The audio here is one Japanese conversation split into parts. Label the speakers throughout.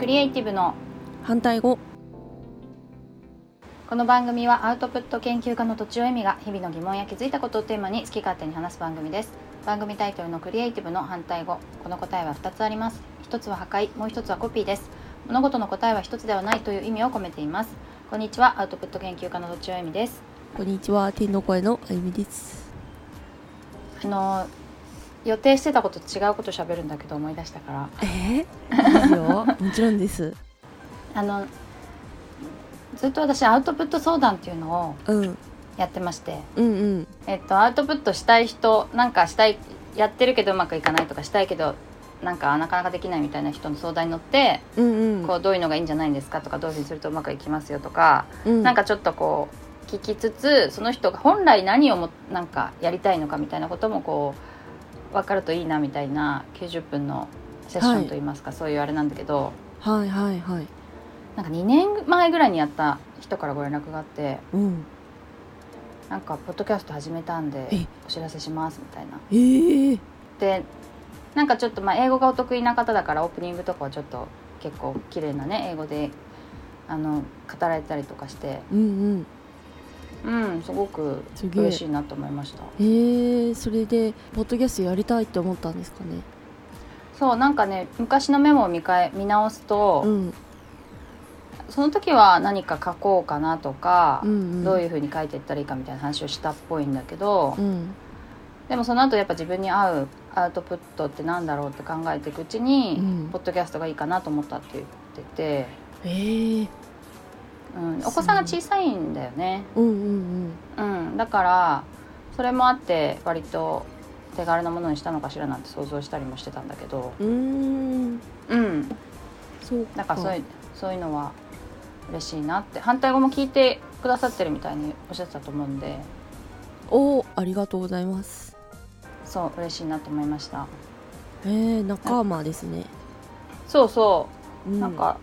Speaker 1: イティブの
Speaker 2: 反対語
Speaker 1: この番組はアウトプット研究家のとちおえみが日々の疑問や気づいたことをテーマに好き勝手に話す番組です番組タイトルのクリエイティブの反対語この答えは2つあります1つは破壊もう1つはコピーです物事の答えは1つではないという意味を込めていますこんにちはアウトプット研究家のとちおえみです
Speaker 2: こんにちは天の声のあゆみです
Speaker 1: あの予定してたことと違うこと喋るんだけど思い出したから
Speaker 2: えー、い いよもちろんです
Speaker 1: あのずっと私アウトプット相談っていうのを
Speaker 2: うんうん
Speaker 1: やってまして
Speaker 2: うん
Speaker 1: えっと、アウトプットしたい人なんかしたいやってるけどうまくいかないとかしたいけどなんかなかなかできないみたいな人の相談に乗って、
Speaker 2: うんうん
Speaker 1: こうどういうのがいいんじゃないんですかとかどういうふうにするとうまくいきますよとか、
Speaker 2: うん
Speaker 1: なんかちょっとこう聞きつつその人が本来何をもなんかやりたいのかみたいなこともこう分かるといいなみたいな90分のセッションといいますか、そういうあれなんだけど
Speaker 2: はいはいはい
Speaker 1: なんか2年前ぐらいにやった人からご連絡があって
Speaker 2: うん
Speaker 1: なんかポッドキャスト始めたんで
Speaker 2: え
Speaker 1: お知らせしますみたいな。
Speaker 2: えー、
Speaker 1: でなんかちょっとまあ英語がお得意な方だからオープニングとかはちょっと結構綺麗なね英語であの語られたりとかして
Speaker 2: うんうん
Speaker 1: うんすごく
Speaker 2: すげえ
Speaker 1: 嬉しいなと思いました
Speaker 2: えー、それでポッドキャストやりたいって思ったんですかね
Speaker 1: そうなんかね昔のメモを見返見直すと、
Speaker 2: うん
Speaker 1: その時は何か書こうかなとか、
Speaker 2: うんうん
Speaker 1: どういうふうに書いていったらいいかみたいな話をしたっぽいんだけど、
Speaker 2: うん
Speaker 1: でもその後やっぱ自分に合うアウトプットってなんだろうって考えていくうちに、
Speaker 2: うん
Speaker 1: ポッドキャストがいいかなと思ったって言ってて、
Speaker 2: えー、
Speaker 1: うん、お子さんが小さいんだよね。
Speaker 2: うんうん
Speaker 1: うん、だからそれもあって割と手軽なものにしたのかしらなんて想像したりもしてたんだけど、
Speaker 2: うんうーん
Speaker 1: うん、
Speaker 2: そうか
Speaker 1: だからそういうそういうのは嬉しいなって反対語も聞いてくださってるみたいにおっしゃってたと思うんで
Speaker 2: おーありがとうございます
Speaker 1: そう嬉しいなと思いました
Speaker 2: えー、仲間ですね、
Speaker 1: そうそうう、なんか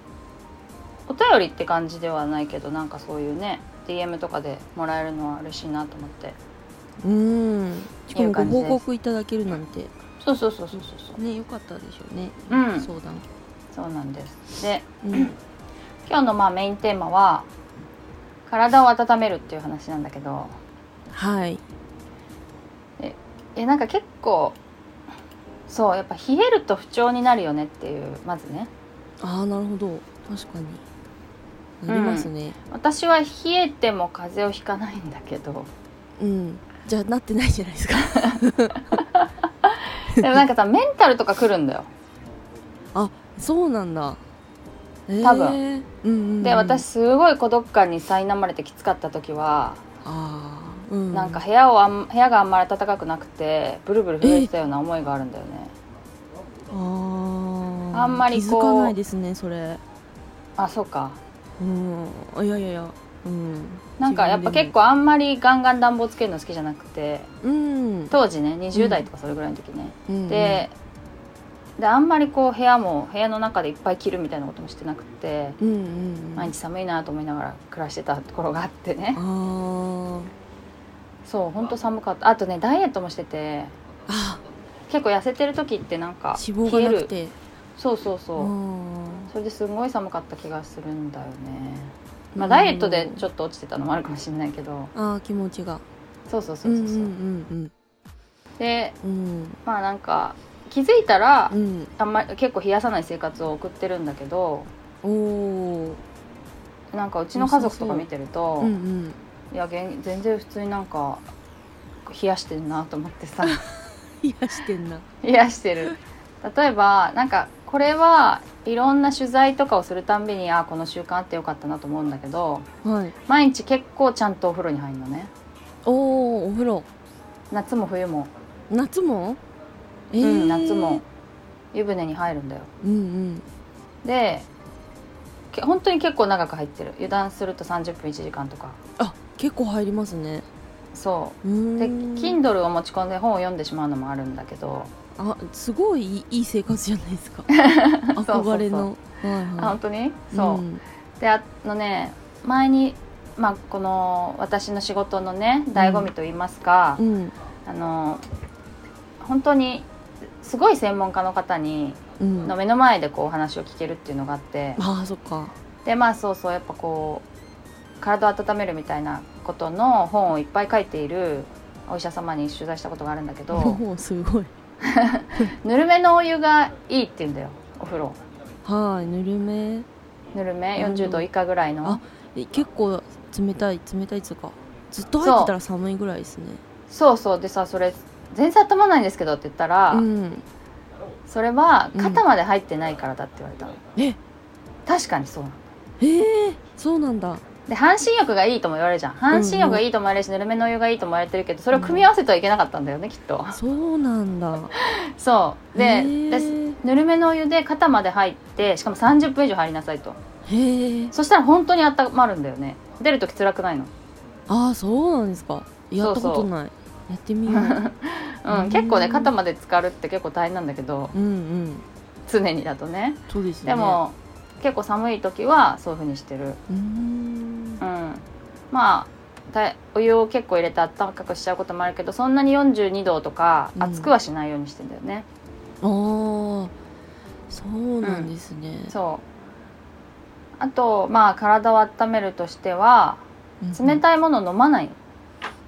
Speaker 1: お便りって感じではないけどなんかそういうね DM とかでもらえるのは嬉しいなと思って
Speaker 2: うんしか
Speaker 1: いう
Speaker 2: もご
Speaker 1: 感じです
Speaker 2: 報告いただけるなんて
Speaker 1: そうそうそうそうそうそう
Speaker 2: ね良かったでしょうね、
Speaker 1: うん
Speaker 2: 相談
Speaker 1: そうなんですで
Speaker 2: うん
Speaker 1: 今日のまあメインテーマは体を温めるっていう話なんだけど
Speaker 2: はい
Speaker 1: えなんか結構そうやっぱ冷えると不調になるよねっていうまずね
Speaker 2: ああなるほど確かになりますね
Speaker 1: 私は冷えても風邪をひかないんだけ ど
Speaker 2: うん、じゃあなってないじゃない ですか
Speaker 1: でもなんかさメンタルとか来るんだよ
Speaker 2: そうなんだえー
Speaker 1: 多分
Speaker 2: うんうんうん
Speaker 1: で私すごい孤独感に苛まれてきつかった時は
Speaker 2: ああうん
Speaker 1: なんか部屋をあん部屋があんまり暖かくなくてブルブル震えてたような思いがあるんだよね
Speaker 2: あー
Speaker 1: あんまりこう
Speaker 2: 気づかないですねそれ
Speaker 1: あそうか
Speaker 2: うんあいやいやいやうん
Speaker 1: なんかやっぱ結構あんまりガンガン暖房つけるの好きじゃなくて
Speaker 2: うん
Speaker 1: 当時ね20代とかそれぐらいの時ね、
Speaker 2: うん
Speaker 1: でであんまりこう部屋も部屋の中でいっぱい着るみたいなこともしてなくて
Speaker 2: うんうんうん
Speaker 1: 毎日寒いなと思いながら暮らしてたところがあってね
Speaker 2: あー
Speaker 1: そうほんと寒かったあとねダイエットもしてて
Speaker 2: あ
Speaker 1: 結構痩せてる時ってなんか
Speaker 2: 脂肪がなくて
Speaker 1: そうそうそう、
Speaker 2: うん
Speaker 1: それですごい寒かった気がするんだよねまあダイエットでちょっと落ちてたのもあるかもしれないけど
Speaker 2: ああ気持ちが
Speaker 1: そうそうそうそうそう、
Speaker 2: んうん
Speaker 1: で
Speaker 2: うんうん
Speaker 1: まあなんか気づいたら、
Speaker 2: うん
Speaker 1: あんまり結構冷やさない生活を送ってるんだけど
Speaker 2: おお
Speaker 1: なんかうちの家族とか見てると、
Speaker 2: うんうん
Speaker 1: いやげん全然普通になんか冷やしてるなと思ってさ
Speaker 2: 冷やしてんな
Speaker 1: 冷やしてる例えばなんかこれはいろんな取材とかをするたんびにあこの習慣あってよかったなと思うんだけど
Speaker 2: はい
Speaker 1: 毎日結構ちゃんとお風呂に入るのね
Speaker 2: おおお風呂
Speaker 1: 夏も冬も、
Speaker 2: 夏もえ
Speaker 1: うん、夏も湯船に入るんだよ
Speaker 2: うん
Speaker 1: でけ本当に結構長く入ってる油断すると30分1時間とか
Speaker 2: あ結構入りますね
Speaker 1: そうう
Speaker 2: ーん
Speaker 1: で Kindle を持ち込んで本を読んでしまうのもあるんだけど、
Speaker 2: あすごいいいいい生活じゃない ですか
Speaker 1: そうそう
Speaker 2: 憧れのはいはい
Speaker 1: あ本当にそう、
Speaker 2: ん
Speaker 1: であのね前に、まあ、この私の仕事のね醍醐味と言いますか、
Speaker 2: うん
Speaker 1: あの本当にすごい専門家の方に
Speaker 2: うん
Speaker 1: の目の前でこうお話を聞けるっていうのがあって、
Speaker 2: ああそっか
Speaker 1: でまあそうそうやっぱこう体を温めるみたいなことの本をいっぱい書いているお医者様に取材したことがあるんだけ ど
Speaker 2: おおすごい
Speaker 1: ぬるめのお湯がいいって言うんだよお風呂
Speaker 2: はいぬるめ
Speaker 1: ぬるめ
Speaker 2: うん
Speaker 1: 40度以下ぐらいの
Speaker 2: あえ結構冷たい冷たいっつうかずっと入ってたら寒いぐらいですね
Speaker 1: そうそうでさそれ全然温まないんですけどって言ったら、
Speaker 2: うん
Speaker 1: それは
Speaker 2: うん
Speaker 1: 肩まで入ってないからだって言われたの、
Speaker 2: え
Speaker 1: 確かにそうなの
Speaker 2: ええそうなんだ
Speaker 1: で半身浴がいいとも言われるじゃん半身浴がいいとも言われるし、ぬるめのお湯がいいとも言われてるけどそれを組み合わせてはいけなかったんだよねきっと
Speaker 2: そうなんだ
Speaker 1: そう
Speaker 2: へ
Speaker 1: で
Speaker 2: ー
Speaker 1: でぬるめのお湯で肩まで入ってしかも30分以上入りなさいと
Speaker 2: へえ
Speaker 1: そしたら本当に温まるんだよね出るとき辛くないの、
Speaker 2: ああそうなんですかやった
Speaker 1: そう
Speaker 2: こ
Speaker 1: そ
Speaker 2: と
Speaker 1: う
Speaker 2: ないやってみよう
Speaker 1: うん
Speaker 2: うん
Speaker 1: 結構ね肩まで浸かるって結構大変なんだけど
Speaker 2: うんうん
Speaker 1: 常にだとね
Speaker 2: そうですね
Speaker 1: でも、結構寒い時はそういうふうにしてる
Speaker 2: うー
Speaker 1: う
Speaker 2: ん
Speaker 1: んまあたお湯を結構入れて温かくしちゃうこともあるけどそんなに42度とか
Speaker 2: うん
Speaker 1: 熱くはしないようにしてんだよね、
Speaker 2: ああそうなんですね、
Speaker 1: そうあとまあ体を温めるとしては
Speaker 2: うん
Speaker 1: 冷たいもの飲まない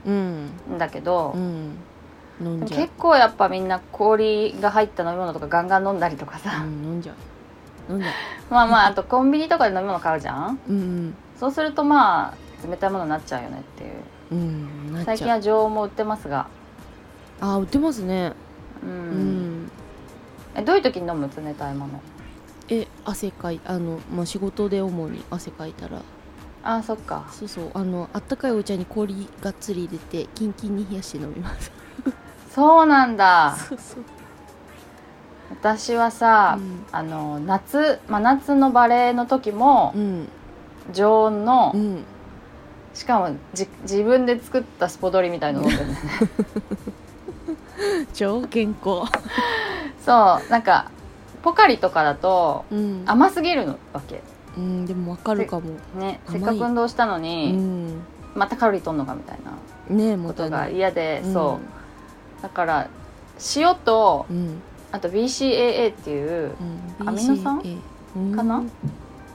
Speaker 2: うん
Speaker 1: んだけど、
Speaker 2: うん飲ん
Speaker 1: でも
Speaker 2: じゃ
Speaker 1: 結構やっぱみんな氷が入った飲み物とかガンガン飲んだりとか
Speaker 2: う、う
Speaker 1: さ、
Speaker 2: ん、飲んじゃう飲んじゃ
Speaker 1: まあまああとコンビニとかで飲み物買うじゃん
Speaker 2: ううん
Speaker 1: そうするとまあ冷たいものになっちゃうよねっていう
Speaker 2: うんうんなっ
Speaker 1: 最
Speaker 2: ち
Speaker 1: 近
Speaker 2: ゃう
Speaker 1: は常温も売ってますが
Speaker 2: あー売ってますね
Speaker 1: うん、
Speaker 2: うん
Speaker 1: えどういう時に飲む冷たいもの
Speaker 2: え汗かいあの、まあ、仕事で主に汗かいたら
Speaker 1: あーそっか
Speaker 2: そうそうあのあったかいお茶に氷がっつり入れてキンキンに冷やして飲みます
Speaker 1: そうなんだ
Speaker 2: そうそう
Speaker 1: 私はさ、
Speaker 2: うん
Speaker 1: あの夏真夏のバレエの時も
Speaker 2: うん
Speaker 1: 常温の、
Speaker 2: うん
Speaker 1: しかもじ自分で作ったスポドリみたいなの飲んでる
Speaker 2: 超健康
Speaker 1: そうなんかポカリとかだと
Speaker 2: うん、
Speaker 1: 甘すぎるのわけ
Speaker 2: うん、でもわかるかも
Speaker 1: ね
Speaker 2: 甘
Speaker 1: せ
Speaker 2: い
Speaker 1: っかく運動したの
Speaker 2: う
Speaker 1: に、
Speaker 2: ん
Speaker 1: またカロリー取んのかみたいな
Speaker 2: ねえ
Speaker 1: こ
Speaker 2: もった
Speaker 1: と
Speaker 2: い
Speaker 1: が
Speaker 2: ない
Speaker 1: 嫌で、そううだから塩と
Speaker 2: ん
Speaker 1: あと BCAA っていう
Speaker 2: うん
Speaker 1: アミノ酸
Speaker 2: BCA うん
Speaker 1: かな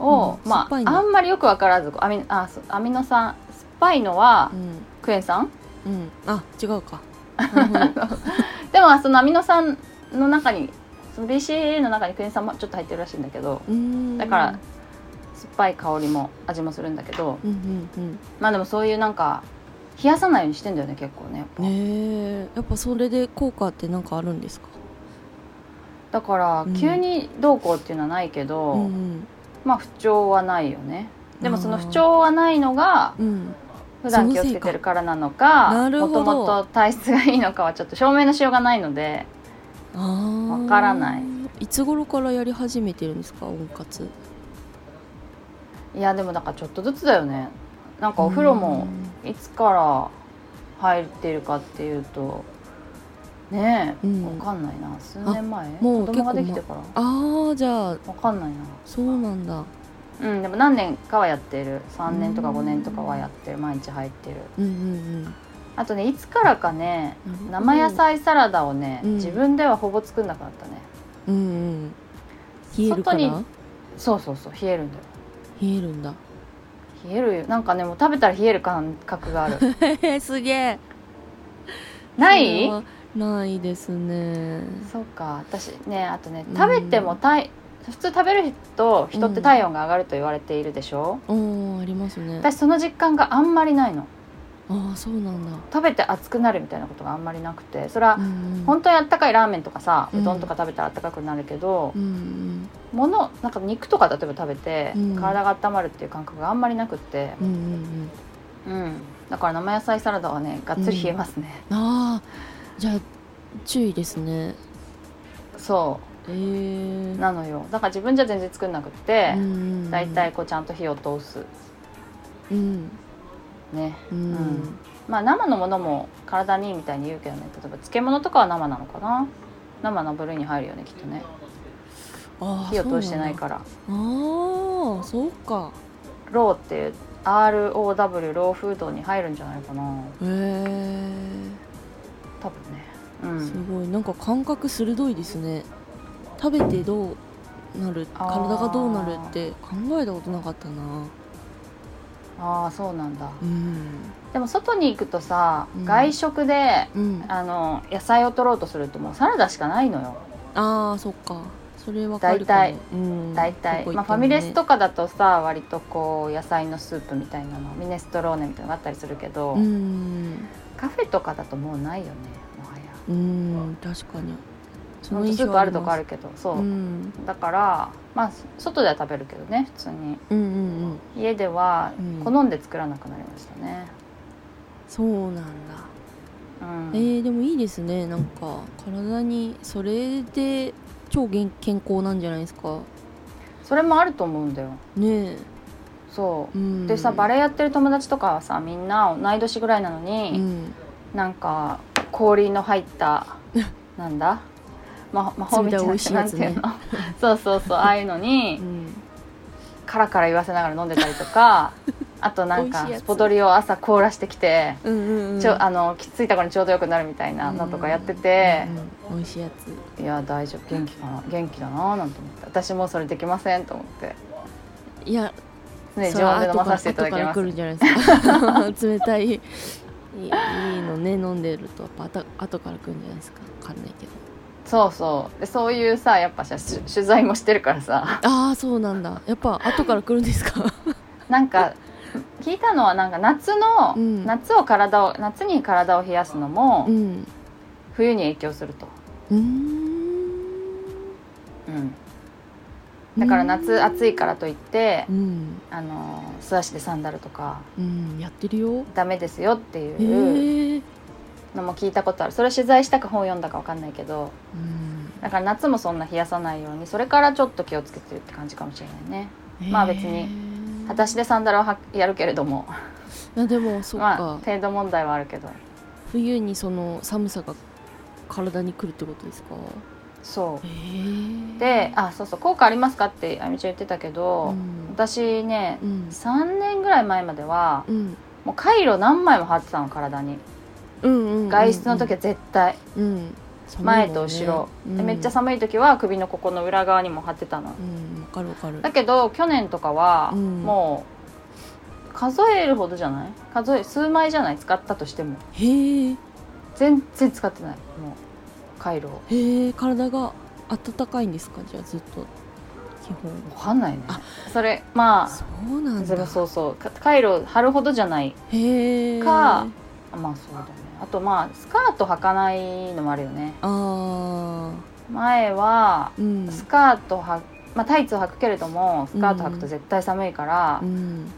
Speaker 1: を、
Speaker 2: うん酸
Speaker 1: ま
Speaker 2: っ
Speaker 1: あ
Speaker 2: ぱいの
Speaker 1: あんまりよく分からずアミあそうアミノ酸酸っぱいのは
Speaker 2: うん
Speaker 1: クエン酸
Speaker 2: うんあ違 うかなるほど
Speaker 1: でもそのアミノ酸の中にその BCAA の中にクエン酸もちょっと入ってるらしいんだけど
Speaker 2: うん
Speaker 1: だから酸っぱい香りも味もするんだけど
Speaker 2: うんうん
Speaker 1: まあでもそういうなんか冷やさないようにしてんだよね結構ねやっ
Speaker 2: う
Speaker 1: ぱ
Speaker 2: んねえやっぱそれで効果ってなんかあるんですか
Speaker 1: だから
Speaker 2: うん
Speaker 1: 急にどうこうっていうのはないけど、
Speaker 2: うん
Speaker 1: まあ不調はないよねでもその
Speaker 2: あー
Speaker 1: 不調はないのが
Speaker 2: うん
Speaker 1: 普段気をつけてるからなのか
Speaker 2: なる
Speaker 1: も
Speaker 2: ほど
Speaker 1: ともと体質がいいのかはちょっと証明のしようがないので
Speaker 2: あー
Speaker 1: わからない
Speaker 2: いつ頃からやり始めてるんですか温活
Speaker 1: いやでもだからちょっとずつだよねなんかお風呂もいつから入ってるかっていうとねえ、
Speaker 2: うん
Speaker 1: わかんないな数年前
Speaker 2: も
Speaker 1: 子
Speaker 2: う
Speaker 1: 供ができてから
Speaker 2: ああじゃあ
Speaker 1: わかんないな
Speaker 2: そうなんだ
Speaker 1: うんでも何年かはやってる3年とか5年とかはやってる毎日入ってる
Speaker 2: うんうん
Speaker 1: あとねいつからかね
Speaker 2: うん
Speaker 1: 生野菜サラダをね、
Speaker 2: うん
Speaker 1: 自分ではほぼ作んなくなったね
Speaker 2: うんうん冷えるか
Speaker 1: 外
Speaker 2: ら
Speaker 1: にそうそうそう冷えるんだよ
Speaker 2: 冷えるんだ
Speaker 1: 冷えるよなんかねもう食べたら冷える感覚がある
Speaker 2: すげえ
Speaker 1: ない
Speaker 2: それはないですね
Speaker 1: そうか私ねあとね
Speaker 2: うん
Speaker 1: 食べても体、普通食べると人って体温が上がると言われているでしょ、
Speaker 2: おーありますね
Speaker 1: 私その実感があんまりないの
Speaker 2: ああそうなんだ
Speaker 1: 食べて熱くなるみたいなことがあんまりなくてそれは
Speaker 2: うんうん
Speaker 1: 本当にあったかいラーメンとかさ
Speaker 2: うん
Speaker 1: うどんとか食べたらあったかくなるけど
Speaker 2: う、ん
Speaker 1: 物なんか肉とか例えば食べて、
Speaker 2: うん
Speaker 1: 体が温まるっていう感覚があんまりなくって、
Speaker 2: うんうんうん
Speaker 1: うんだから生野菜サラダはねがっつり冷えますね、
Speaker 2: うんああじゃあ注意ですね
Speaker 1: そう
Speaker 2: えー、
Speaker 1: なのよだから自分じゃ全然作んなくって、だい
Speaker 2: 大
Speaker 1: たいこうちゃんと火を通す
Speaker 2: うん
Speaker 1: ね
Speaker 2: うん、
Speaker 1: うんまあ生のものも体にいいみたいに言うけどね例えば漬物とかは生なのかな生の部類に入るよねきっとね
Speaker 2: あー
Speaker 1: 火を通してないから
Speaker 2: そうなんだああそうか
Speaker 1: ローっていう ROW ローフードに入るんじゃないかな
Speaker 2: へえ
Speaker 1: 多分ね、うん
Speaker 2: すごいなんか感覚鋭いですね食べてどうなる
Speaker 1: あー
Speaker 2: 体がどうなるって考えたことなかったな
Speaker 1: ああそうなんだ
Speaker 2: うん
Speaker 1: でも外に行くとさ、
Speaker 2: うん
Speaker 1: 外食で
Speaker 2: うん
Speaker 1: あの野菜を取ろうとするともうサラダしかないのよ
Speaker 2: ああそっかそれわかるか
Speaker 1: 大体
Speaker 2: もうん
Speaker 1: 大体、
Speaker 2: どこ行ってもね
Speaker 1: まあ、ファミレスとかだとさ割とこう野菜のスープみたいなのミネストローネみたいなのがあったりするけど、
Speaker 2: うん
Speaker 1: カフェとかだともうないよねもはや
Speaker 2: うん確かにそ
Speaker 1: ほんとスープあるとこあるけどそう、
Speaker 2: うん
Speaker 1: だからまあ外では食べるけどね普通に
Speaker 2: うんうんうん
Speaker 1: 家では
Speaker 2: うん
Speaker 1: 好んで作らなくなりましたね、
Speaker 2: そうなんだ
Speaker 1: うん
Speaker 2: えー、でもいいですねなんか体にそれで超元健康なんじゃないですか
Speaker 1: それもあると思うんだよ
Speaker 2: ねえ
Speaker 1: そうう、
Speaker 2: ん
Speaker 1: でさバレエやってる友達とかはさみんな同い年ぐらいなの
Speaker 2: う
Speaker 1: に、
Speaker 2: ん
Speaker 1: なんか氷の入った なんだま魔法みたいな
Speaker 2: 冷たい美味しいやつね
Speaker 1: なんていうの そうそうそうああいうのに、
Speaker 2: うん
Speaker 1: カラカラ言わせながら飲んでたりと かあとなん
Speaker 2: 美味しい
Speaker 1: か
Speaker 2: やつ
Speaker 1: スポドリを朝凍らしてきて、
Speaker 2: うんうんうん
Speaker 1: ちょあのきついた頃にちょうどよくなるみたいなのとかやってて、
Speaker 2: うんうん美味しいやつ
Speaker 1: いや大丈夫元気かな元気だななんて思って私もうそれできませんと思って
Speaker 2: いや
Speaker 1: 常に
Speaker 2: そ
Speaker 1: 常
Speaker 2: れは
Speaker 1: 温で飲まさせていただきま
Speaker 2: 後から後か
Speaker 1: す
Speaker 2: ら来るんじゃないですか 冷たいいいいいのね飲んでるとやっぱあた後から来るんじゃないですかわかんないけど
Speaker 1: そうそうでそういうさやっぱさし取材もしてるからさ
Speaker 2: ああそうなんだやっぱ後から来るんですか
Speaker 1: なんか聞いたのはなんか夏の、
Speaker 2: うん
Speaker 1: 夏を体を夏に体を冷やすのも、
Speaker 2: うん
Speaker 1: 冬に影響すると、
Speaker 2: うーん
Speaker 1: うん、だから夏暑いからといって、
Speaker 2: うん
Speaker 1: あの素足でサンダルとか
Speaker 2: うんやってるよ
Speaker 1: ダメですよって
Speaker 2: ええ
Speaker 1: いうのも聞いたことあるそれ取材したか本読んだか分かんないけど
Speaker 2: うん
Speaker 1: だから夏もそんな冷やさないようにそれからちょっと気をつけてるって感じかもしれないねまあ別に
Speaker 2: へー
Speaker 1: 裸足でサンダルをはやるけれども
Speaker 2: いやでもそっか、
Speaker 1: まあ程度問題はあるけど
Speaker 2: 冬にその寒さが体に来るってことですか
Speaker 1: そ
Speaker 2: ええ
Speaker 1: うであそうそう効果ありますかってあゆみちゃん言ってたけど、
Speaker 2: うん
Speaker 1: 私ね
Speaker 2: うん
Speaker 1: 3年ぐらい前までは
Speaker 2: うん
Speaker 1: もうカイロ何枚も貼ってたの体に
Speaker 2: うんうん
Speaker 1: 外出の時は絶対、
Speaker 2: うん寒いもんね
Speaker 1: 前と後ろ、
Speaker 2: うん
Speaker 1: でめっちゃ寒い時は首のここの裏側にも貼ってたの
Speaker 2: うんわかるわかる
Speaker 1: だけど去年とかは
Speaker 2: うん
Speaker 1: もう数えるほどじゃない数え数枚じゃない使ったとしても
Speaker 2: へえ
Speaker 1: 全然使ってないもう回路を
Speaker 2: へえ体が暖かいんですかじゃあずっと基本
Speaker 1: 分かんないね
Speaker 2: あ
Speaker 1: それまあ
Speaker 2: そうなん
Speaker 1: でも
Speaker 2: だ
Speaker 1: そうそうか回路貼るほどじゃない
Speaker 2: へえ
Speaker 1: か
Speaker 2: あ
Speaker 1: あまあそうだねあとまあスカート履かないのもあるよね
Speaker 2: あ
Speaker 1: 前は
Speaker 2: ーうん
Speaker 1: スカートは、まあ、タイツを履くけれどもスカート履くと絶対寒いから
Speaker 2: う、ん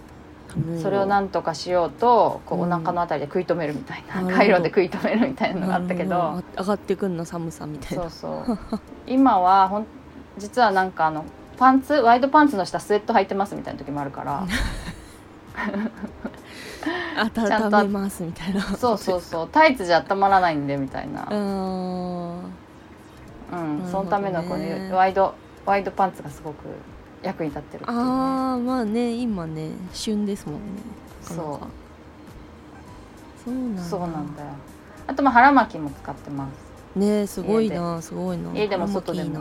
Speaker 2: 寒いよ
Speaker 1: それをなんとかしようとこうお
Speaker 2: うん
Speaker 1: 腹のあたりで食い止めるみたいな、
Speaker 2: なるほど
Speaker 1: 回路で食い止めるみたいなのがあったけど
Speaker 2: なるほどあ上がってくんの寒さみたい
Speaker 1: そ
Speaker 2: な
Speaker 1: うそう今はほん実はなんかあのパンツワイドパンツの下スウェット履いてますみたいな時もあるから ちゃんと
Speaker 2: 温めますみたいな
Speaker 1: そうそうそうタイツじゃ温まらないんでみたいな、
Speaker 2: あ
Speaker 1: うん
Speaker 2: なるほどね
Speaker 1: そのためのこのワイドワイドパンツがすごく役に立ってるっていう、ね、
Speaker 2: あーまあね今ね旬ですもんね
Speaker 1: そ
Speaker 2: そうなん
Speaker 1: う
Speaker 2: だ
Speaker 1: そうなんだよあとまあ腹巻きも使ってます
Speaker 2: ねえすごいなすごいな
Speaker 1: 家でも
Speaker 2: 腹
Speaker 1: 外
Speaker 2: 巻
Speaker 1: でも
Speaker 2: いいな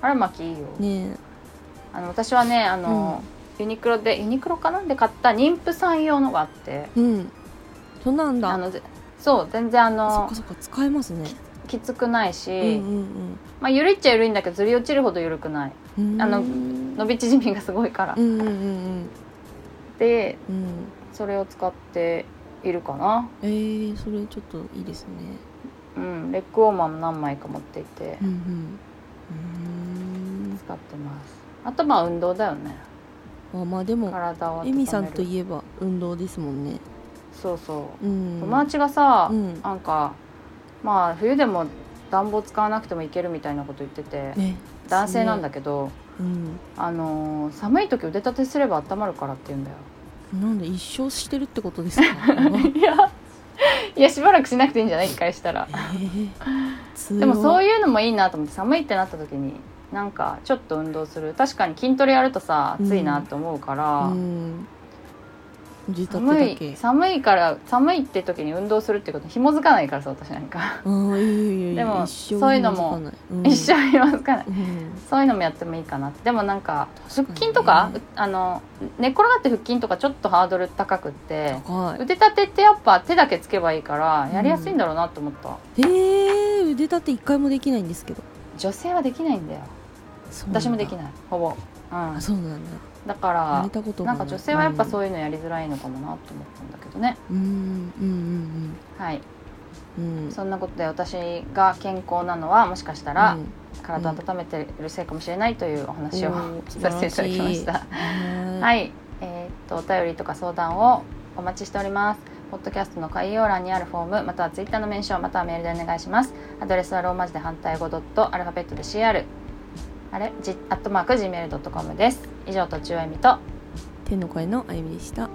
Speaker 1: 腹巻きいいよ、
Speaker 2: ね
Speaker 1: あの私はねあの、ユニクロでユニクロかなんで買った妊婦さん用のがあって
Speaker 2: えうんそうなんだ
Speaker 1: あのぜそう全然あ
Speaker 2: そっ
Speaker 1: の
Speaker 2: かそっか使えますね
Speaker 1: きつくない
Speaker 2: うん
Speaker 1: し、
Speaker 2: うん
Speaker 1: まあ緩いっちゃ緩いんだけどずり落ちるほど緩くない
Speaker 2: うん
Speaker 1: あの
Speaker 2: うん
Speaker 1: 伸び縮みがすごいから、
Speaker 2: うんうんうん
Speaker 1: で
Speaker 2: うん
Speaker 1: それを使っているかな、
Speaker 2: えー、それちょっといいですね
Speaker 1: うん、レッグウォーマーも何枚か持っていて
Speaker 2: うんうんう
Speaker 1: 使ってますあとまあ運動だよね
Speaker 2: ーんあまあでも
Speaker 1: 体を温め
Speaker 2: エ
Speaker 1: る
Speaker 2: ミさんといえば運動ですもんね
Speaker 1: そうそう、
Speaker 2: うん
Speaker 1: 友達がさ、
Speaker 2: うん
Speaker 1: なんかまあ冬でも暖房使わなくてもいけるみたいなこと言ってて、
Speaker 2: ね
Speaker 1: 男性なんだ
Speaker 2: け
Speaker 1: けど、
Speaker 2: ど、うん
Speaker 1: あのー寒い時腕立てすれば温まるからって言うんだよ
Speaker 2: なんで一生してるってことで すか
Speaker 1: いやいやしばらくしなくていいんじゃない一回したら
Speaker 2: えー、
Speaker 1: でもそう
Speaker 2: い
Speaker 1: いうのもいいなと思って寒いってなった時になんかちょっと運動する確かに筋トレやるとさ暑いなと思うから、
Speaker 2: うん自立
Speaker 1: 寒
Speaker 2: だけ
Speaker 1: い寒いから寒いって時に運動するってこと紐づかないからさ私なんか、
Speaker 2: ああいいよいいよい
Speaker 1: でも
Speaker 2: 一生
Speaker 1: そういうのも
Speaker 2: 気づかない、うん
Speaker 1: 一緒に紐づかない
Speaker 2: うん
Speaker 1: そういうのもやってもいいかなってでもなんか
Speaker 2: 確
Speaker 1: 腹
Speaker 2: かにね
Speaker 1: 筋とかあの寝っ転がって腹筋とかちょっとハードル高くって
Speaker 2: 高い
Speaker 1: 腕立てってやっぱ手だけつけばいいからやりやすいんだろうなって思った、
Speaker 2: えー、腕立て一回もできないんですけど
Speaker 1: 女性はできないんだよ
Speaker 2: そうなんだ
Speaker 1: 私もできないほぼ、うん
Speaker 2: あ、そうなんだ
Speaker 1: だか
Speaker 2: やめ
Speaker 1: ら
Speaker 2: たこと
Speaker 1: な
Speaker 2: が
Speaker 1: んか女性はやっぱ
Speaker 2: う
Speaker 1: そういうのやりづらいのかもなと思ったんだけどね
Speaker 2: うんうん
Speaker 1: はい
Speaker 2: うんうんうん
Speaker 1: そんなことで私が健康なのはもしかしたら
Speaker 2: うん
Speaker 1: 体を温めてるせいかもしれないというお話を、
Speaker 2: おー
Speaker 1: させていただきました
Speaker 2: 素晴らしい
Speaker 1: はい、えーっとお便りとか相談をお待ちしております。ポッドキャストの概要欄にあるフォーム、またはツイッターのメンション、またはメールでお願いします。アドレスはローマ字で反対語ドットアルファベットで CR あれ、じアットマーク gmail.com です。以上とちおえみと
Speaker 2: 天の声のあゆみでした